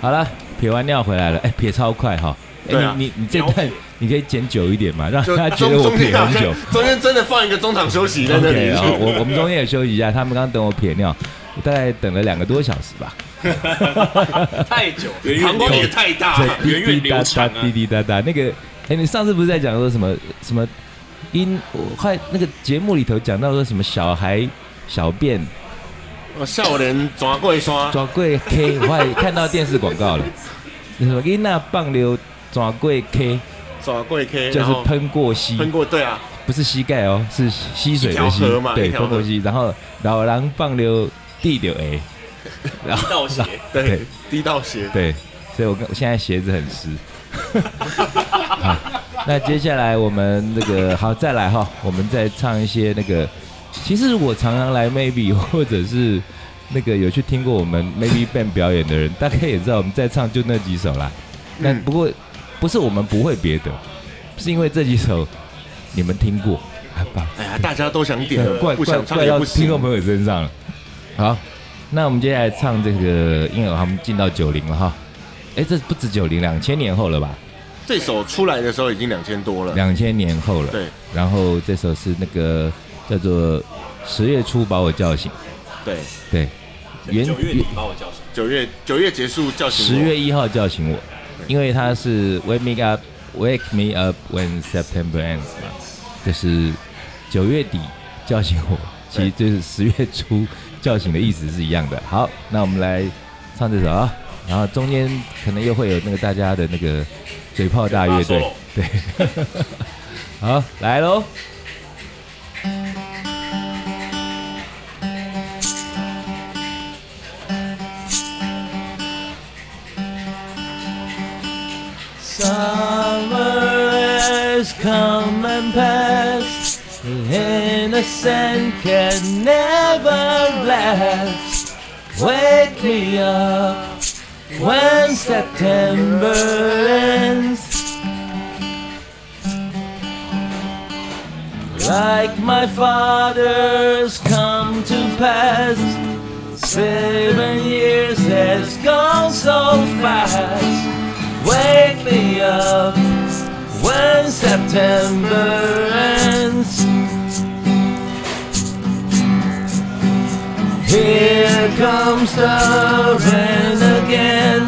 E: 好了，撇完尿回来了，哎、撇超快哈。哎、
I: 对啊
E: 你你你这段你可以剪久一点嘛，让
I: 就
E: 大家觉
I: 中
E: 得我
I: 中
E: 撇
I: 间好
E: 很
I: 像
E: 久。
I: 中间真的放一个中场休息在那
E: OK，
I: 里
E: 啊，我我们中间也休息一下，他们刚等我撇尿，我大概等了两个多小时吧。
I: 太久，膀胱也太大了，
E: 对，滴滴答答，滴滴答答。那个，哎，你上次不是在讲说什么什么因？我快那个节目里头讲到说什么小孩小便
I: 我笑人抓过一刷，
E: 抓贵 K，我还看到电视广告了，什么因那棒流抓贵 K，
I: 抓过 K，
E: 就
I: 然
E: 是
I: 后
E: 喷过膝，
I: 喷过，对啊，
E: 不是膝盖哦，是吸水的
I: 一
E: 吸
I: 条河嘛，
E: 对，
I: 一条河
E: 喷过膝，然后老狼棒流地流 A，然 后
C: 道鞋，
I: 对
E: 对，
I: 滴到血，
E: 对，所以我跟我现在鞋子很湿。 好，那接下来我们那个好再来哈，我们再唱一些那个。其实我常常来 Maybe 或者是那个有去听过我们 Maybe Band 表演的人，大概也知道我们在唱就那几首啦。那
I: 嗯
E: 不过不是我们不会别的，是因为这几首你们听过，很棒。
I: 哎呀，大家都想点
E: 对，怪
I: 了，不
E: 怪
I: 想唱
E: 怪
I: 也
E: 到
I: 不
E: 听众
I: 行，
E: 朋友身上了。好，那我们接下来唱这个，因为我们进到九零了哈。哎，这不止九零，两千年后了吧？
I: 这首出来的时候已经两千多了，
E: 两千年后了。
I: 对。
E: 然后这首是那个叫做《十月初把我叫醒》，
I: 对，
E: 对，原
C: 九月你把我叫醒，
I: 九月九月结束叫醒
E: 十
I: 我
E: 月一号叫醒我，
I: 对
E: 因为它是 Wake Me Up, Wake Me Up When September Ends 嘛，就是九月底叫醒我，其实就是十月初叫醒的意思是一样的。好，那我们来唱这首啊，然后中间可能又会有那个大家的那个嘴炮大乐队，对， 好，来喽。Summer has come and passed. The innocent can never last. Wake me up when September ends. Like my father's come to pass. Seven years has gone so fast. Wake me up when September ends. Here comes the rain again,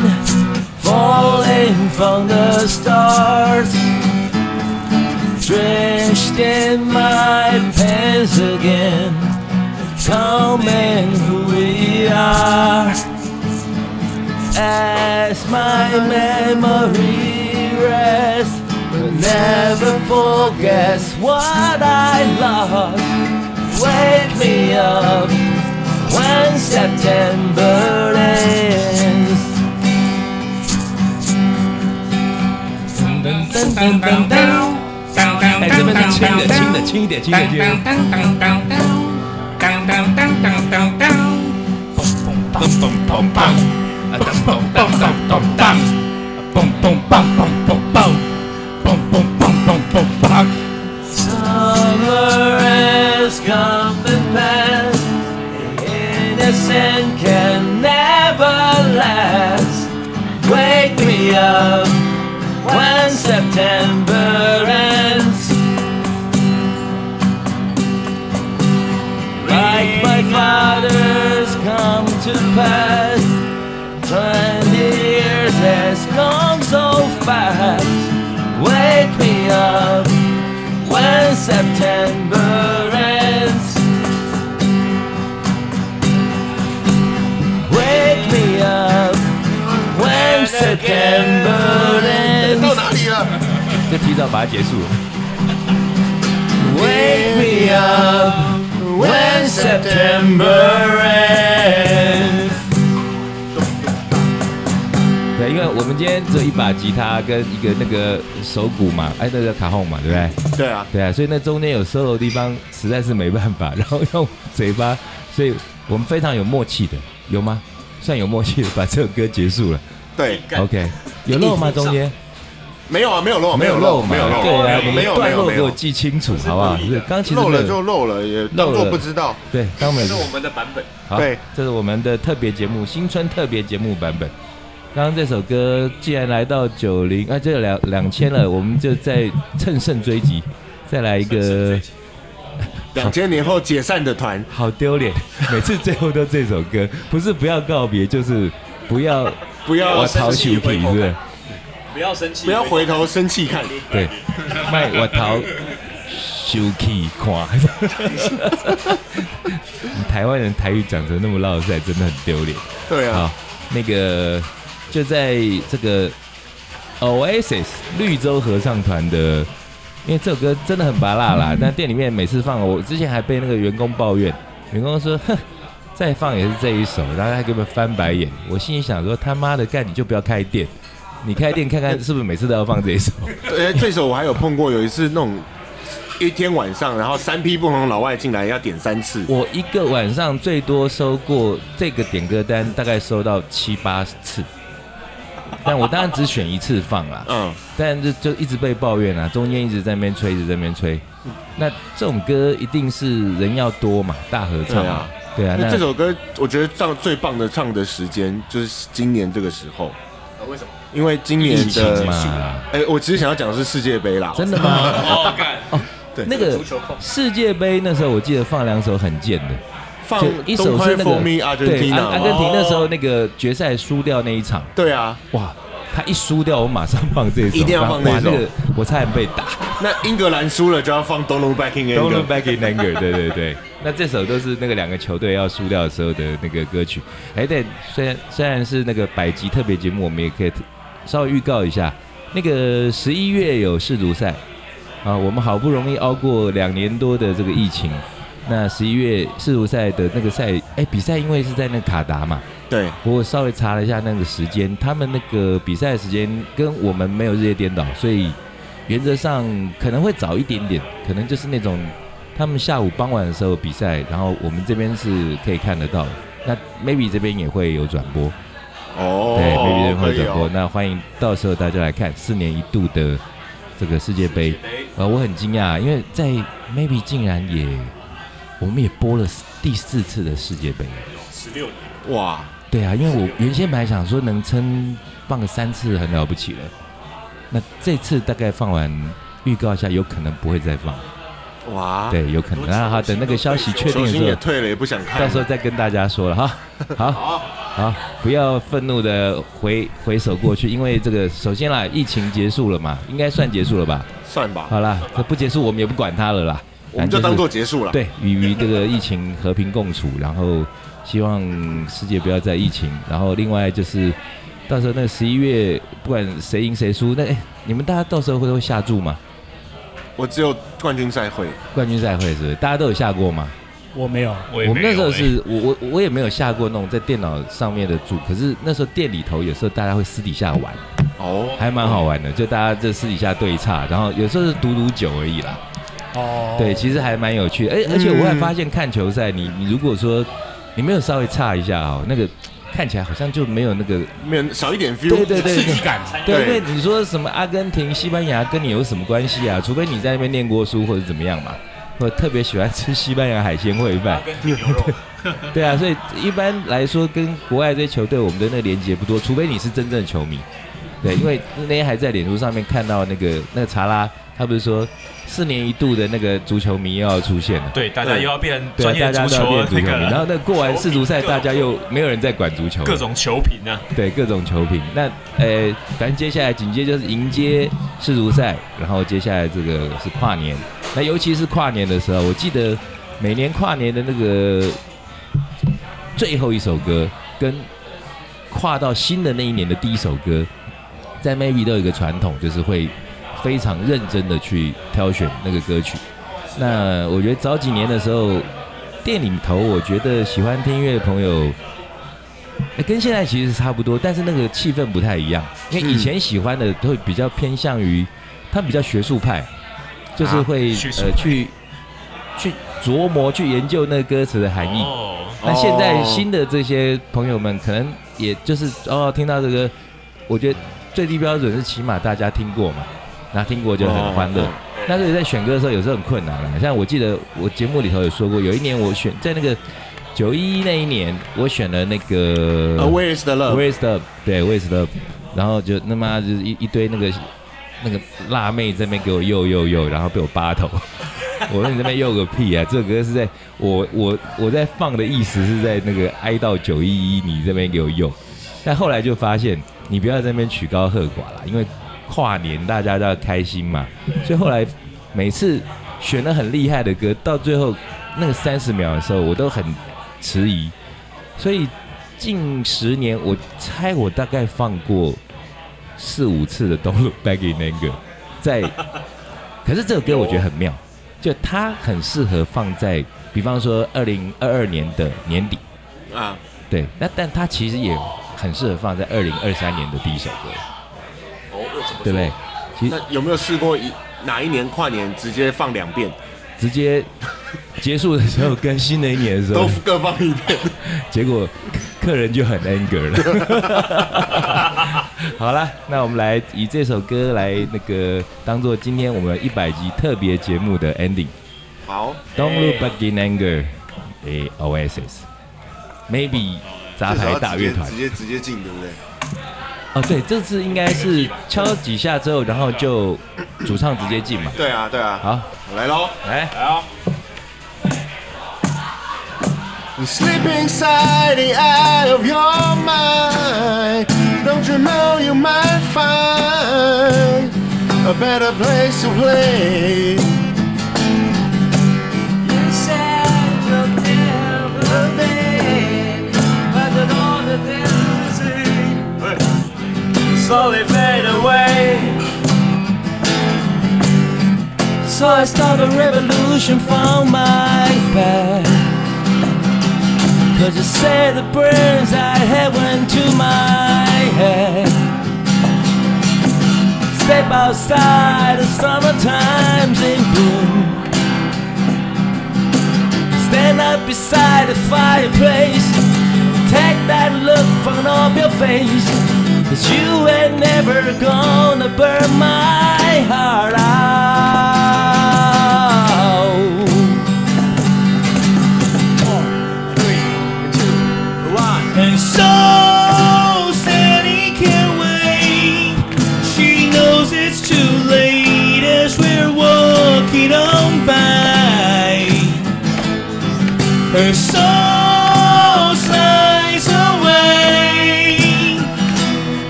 E: falling from the stars. Drenched in my pants again, coming who we are as my memory rests. But never forgets what I lost. Wake me up when September ends. Summer has come and passed. Innocent can never last. Wake me up when September
F: temperance. Like my father's come to pass, twenty years has gone so fast. Wake me up when September ends. Wake me up when September ends.
I: 里了？
E: 就提早把它结束。
F: Wake me up when September ends.
E: 对，因为我们今天只有一把吉他跟一个那个手鼓嘛，哎，那个卡后嘛，对不对？
I: 对啊，
E: 对啊，所以那中间有 solo 的地方实在是没办法， 然后用嘴巴，所以我们非常有默契的，有吗？算有默契的，把这首歌结束了。
I: 对，
E: OK，有漏吗？中间
I: 没有啊，没有漏，有
E: 漏
I: 漏，
E: 嘛？
I: 没有漏，哦
E: 对啊，你
I: 没
E: 们
I: 有没
E: 段
I: 有
E: 落
I: 没
E: 给我
I: 有，
E: 记清楚，好不好？是，刚其实
I: 漏
E: 没有
I: 了就漏了，也
E: 漏
I: 当
E: 了
I: 做不知道。
E: 对，当然没有
C: 这是我们的版本，
E: 好，
I: 对
E: 这是我们的特别节目，新春特别节目版本。刚刚这首歌既然来到九零啊，这两两千了，我们就再乘胜追击，再来一个
A: 两千年后解散的团，
E: 好丢脸，每次最后都这首歌，不是不要告别，就是不要
A: 不
E: 我
A: 要
E: 淘气皮，是不是？
C: 不要生气，
A: 不要回头生气看，
E: 对，卖我淘休气看。台湾人台语讲成那么绕塞，真的很丢脸。
A: 对啊，
E: 好，那个就在这个 Oasis 绿洲合唱团的，因为这首歌真的很拔辣啦。但店里面每次放，我之前还被那个员工抱怨，员工说：“哼，再放也是这一首。”然后他给我们翻白眼。我心里想说：“他妈的，干你就不要开店，你开店看看是不是每次都要放这一首。”
A: 对，这呃首我还有碰过，有一次那种一天晚上，然后三批不同的老外进来要点三次，
E: 我一个晚上最多收过这个点歌单，大概收到七八次。但我当然只选一次放啦，
A: 嗯，
E: 但就就一直被抱怨啊，中间一直在那边吹，一直在那边吹。那这种歌一定是人要多嘛，大合唱嘛，对啊。
A: 那
E: 那
A: 这首歌我觉得唱最棒的唱的时间就是今年这个时候，
C: 为什么？
A: 因啊为今
E: 疫
A: 年
E: 情
A: 的，
E: 嘛，
A: 哎，我其实想要讲的是世界杯啦，
E: 真的吗？
C: 哦，干，
E: 那个
C: 足球控
E: 世界杯那时候我记得放两首很贱的，
A: 放
E: 就一首
A: Don't
E: 是
A: Cry
E: 那个
A: For Me
E: 对啊阿阿
A: Argentina
E: 根
A: 嘛，
E: 廷那时候那个决赛输掉那一场，
A: 对啊，
E: 哇，他一输掉，我马上放这首，
A: 一定要放
E: 哇
A: 那首
E: 个我差点被打。
A: 那英格兰输了就要放 Don't Look Back in
E: Don't look
A: Anger，
E: back in anger，对对对。那这首都是那个两个球队要输掉的时候的那个歌曲。哎，对，虽然虽然是那个百集特别节目，我们也可以稍微预告一下，那个十一月有世足赛啊，我们好不容易熬过两年多的这个疫情。那十一月世足赛的那个赛，哎，比赛因为是在那个卡达嘛，
A: 对，
E: 我稍微查了一下那个时间，他们那个比赛的时间跟我们没有日夜颠倒，所以原则上可能会早一点点，可能就是那种他们下午傍晚的时候比赛，然后我们这边是可以看得到的。那 maybe 这边也会有转播，
A: 哦，
E: 对，maybe 这边
A: 可
E: 会
A: 以
E: 有转播。
A: 哦，
E: 那欢迎到时候大家来看四年一度的这个世界杯。呃，我很惊讶，因为在 maybe 竟然也我们也播了第四次的世界杯。
C: 十六年，
A: 哇，
E: 对啊，因为我原先本来想说能撑放个三次很了不起了，那这次大概放完预告一下，有可能不会再放，
A: 啊哇，
E: 对，有可能。那好，等那个消息确定
A: 球
E: 的
A: 星也
E: 时候，
A: 退了，也不想看
E: 到时候再跟大家说了 哈。好，好，不要愤怒的回回首过去，因为这个首先啦，疫情结束了嘛，应该算结束了吧？
A: 算吧，
E: 好啦，这不结束我们也不管它了啦，
A: 我们就
E: 反正是
A: 当做结束了。
E: 对，与与这个疫情和平共处，然后希望世界不要再疫情。然后另外就是，到时候那十一月不管谁赢谁输，那哎你们大家到时候会会下注吗？
A: 我只有冠军赛会，
E: 冠军赛会是不是？大家都有下过吗？
G: 我没有，
E: 我们那时候
F: 哎
E: 是我我我也没有下过那种在电脑上面的注，可是那时候店里头有时候大家会私底下玩，
A: 哦，
E: 还蛮好玩的，就大家这私底下对唱，然后有时候是赌赌酒而已啦。
G: 哦，
E: 对，其实还蛮有趣的，而哎而且我还发现看球赛，你你如果说你没有稍微差一下哦，那个看起来好像就没有那个，
A: 没有少一点 feel，
E: 对对对
G: 刺激
E: 对。
G: 感，
E: 对，因
A: 对
E: 为你说什么阿根廷、西班牙跟你有什么关系啊？除非你在那边念过书或者怎么样嘛。我特别喜欢吃西班牙海鲜烩饭，
C: 跟牛肉，
E: 对啊，所以一般来说跟国外这些球队我们的那个连接不多，除非你是真正的球迷。对，因为那天还在脸书上面看到那个那个查拉，他不是说四年一度的那个足球迷又要出现了。
F: 对，大家又要变成
E: 对
F: 专业
E: 啊，大家都
F: 足
E: 要
F: 球
E: 变
F: 的
E: 足
F: 那
E: 球迷，
F: 个
E: 然后
F: 了，
E: 那过完世足赛，
F: 球迷
E: 大家又没有人在管足球了，
F: 各种球评啊，
E: 对各种球评。那呃，反正接下来紧接就是迎接世足赛，然后接下来这个是跨年。那尤其是跨年的时候，我记得每年跨年的那个最后一首歌，跟跨到新的那一年的第一首歌，在 Maybe 都有一个传统，就是会非常认真的去挑选那个歌曲。那我觉得早几年的时候，店里头我觉得喜欢听音乐的朋友，哎跟现在其实是差不多，但是那个气氛不太一样。因为以前喜欢的都会比较偏向于，他比较学术派，就是会、
F: 啊学术
E: 呃
F: 派
E: 去去琢磨、去研究那个歌词的含义。
F: 哦，
E: 那现在新的这些朋友们，可能也就是哦，听到这个，我觉得最低标准是起码大家听过嘛，那听过就很欢
A: 哦
E: 乐。那所以在选歌的时候，有时候很困难了。啊像我记得我节目里头有说过，有一年我选在那个九一那一年，我选了那个
A: Away is the love，
E: Where is the 对 Where is the，然后就那妈就是一一堆那个那个辣妹在那边给我又又又，然后被我扒 头。我说你这边又个屁啊！这首歌是在我我我在放的意思是在那个哀悼九一一，你这边给我用。 但后来就发现，你不要在那边曲高和寡啦，因为跨年大家都要开心嘛。所以后来每次选的很厉害的歌，到最后那个三十秒的时候，我都很迟疑。所以近十年，我猜我大概放过四五次的《Don't Look Back in Anger》，在，可是这首歌我觉得很妙，就它很适合放在，比方说二零二二年的年底，
A: 啊，
E: 对，那但它其实也很适合放在二零二三年的第一首歌，
M: 哦，我怎么
E: 对不对？其实
A: 那有没有试过一哪一年跨年直接放两遍，
E: 直接结束的时候跟新的一年的时
A: 都
E: 候，
A: 各放一 遍？
E: 结果客人就很 anger 了。好了，那我们来以这首歌来那个当做今天我们一百集特别节目的 ending。
A: 好，
E: Don't look back in anger，诶，Oasis，Maybe 杂
A: 至少
E: 牌
A: 要
E: 大
A: 直
E: 乐
A: 接
E: 团
A: 直。接直接进，对不对？
E: 哦，对，这次应该是敲几下之后，然后就主唱直接进嘛。
A: 对啊，对啊，
E: 好，
A: 来喽。
E: 来。嗯
A: You Sleep inside the eye of your mind. Don't you know you might find a better place to play?
I: Slowly fade away.
E: So I start a revolution from my back. Cause you say the brains I had went to my head. Step outside, the summertime's in bloom. Stand up beside the fireplace. Take that look from off your face. Cause you ain't never gonna burn my heart out. And so Sally can't wait. She knows it's too late as we're walking on by. Her soul slides away.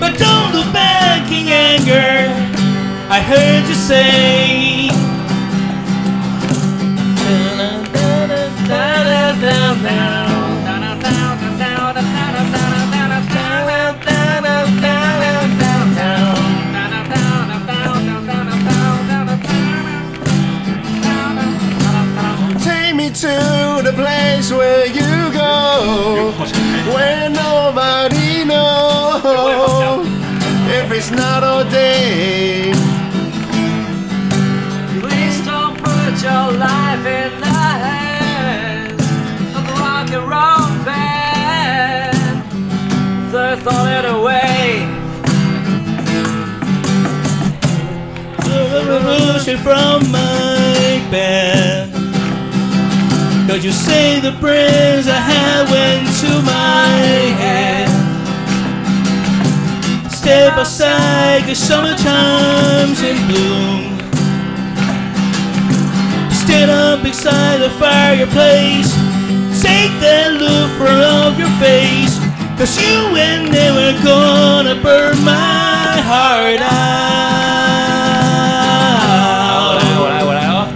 E: But don't look back in anger. I heard you say.
A: Take me to the place where you go, where nobody knows if it's not ordained.
I: Please don't put your life in the hands of the rock and roll band. They're throwing it away.
E: revolution from my bed. Cause you say the prayers I had went to my head.
F: step outside, cause summertime's in bloom. Stand up beside the fireplace, take that look from off your face, cause you ain't never gonna burn my heart out.
E: 我来，我来哦。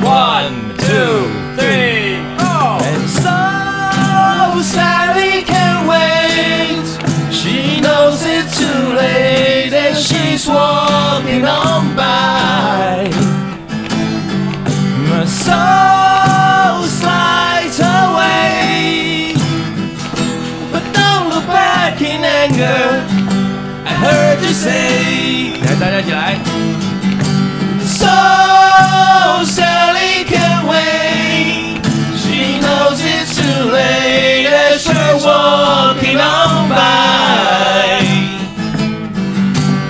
E: One, two, three, go.
F: And so Sally can wait. She knows it's too late, and she's walking on by. My soul slides away, but don't look back in anger. I heard you say.
E: 来，大家一起来。
F: So Oh, Sally can wait. She knows it's too late as she's walking on by.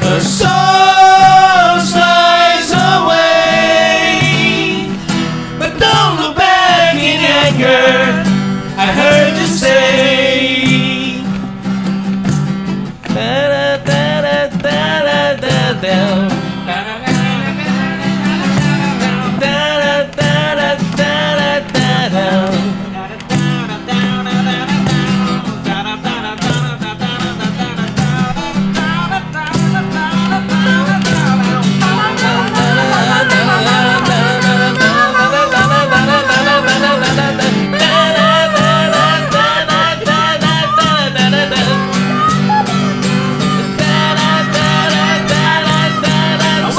F: Her soul slides away, but don't look back in anger. I heard you say. Da da da da da da da.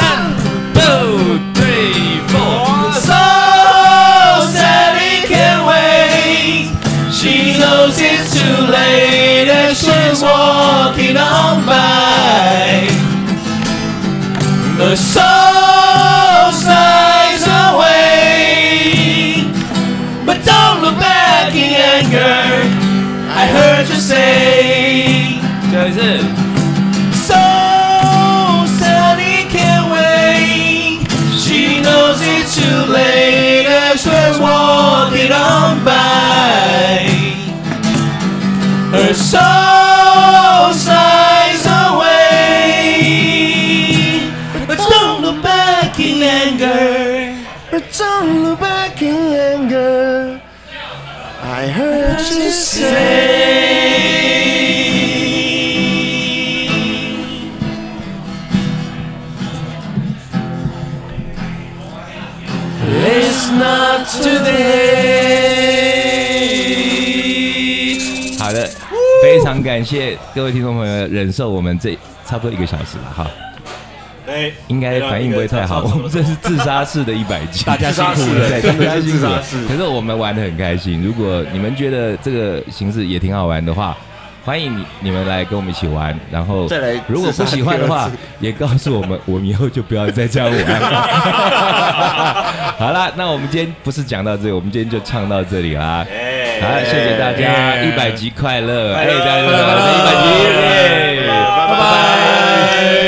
F: One, two, three, four. So Sally can wait. She knows it's too late and she's walking on by. The soul slides away, but don't look back in anger. I heard you say.
E: 最后一次。
F: So Sally can't wait. She knows it's too late as she's walking on by. Her soul slides away, but don't look back in anger.
I: But don't look back in anger. I heard you
F: Say.
E: 好的，非常感谢各位听众朋友忍受我们这差不多一个小时了哈，
C: 对，
E: 应该反应不会太好。我们这是自杀式的一百集，大家辛苦了，对，大家辛苦了。可是我们玩的很开心，如果你们觉得这个形式也挺好玩的话。欢迎你你们来跟我们一起玩，然后
A: 再来
E: 如果不喜欢的话，也告诉我们，我们以后就不要再这样玩了。好啦，那我们今天不是讲到这里，我们今天就唱到这里啦。
C: 哎
E: 好，谢谢大家，一百集快乐！哎，大家
C: 快乐
E: 一百集，耶
C: 拜拜
E: 拜拜。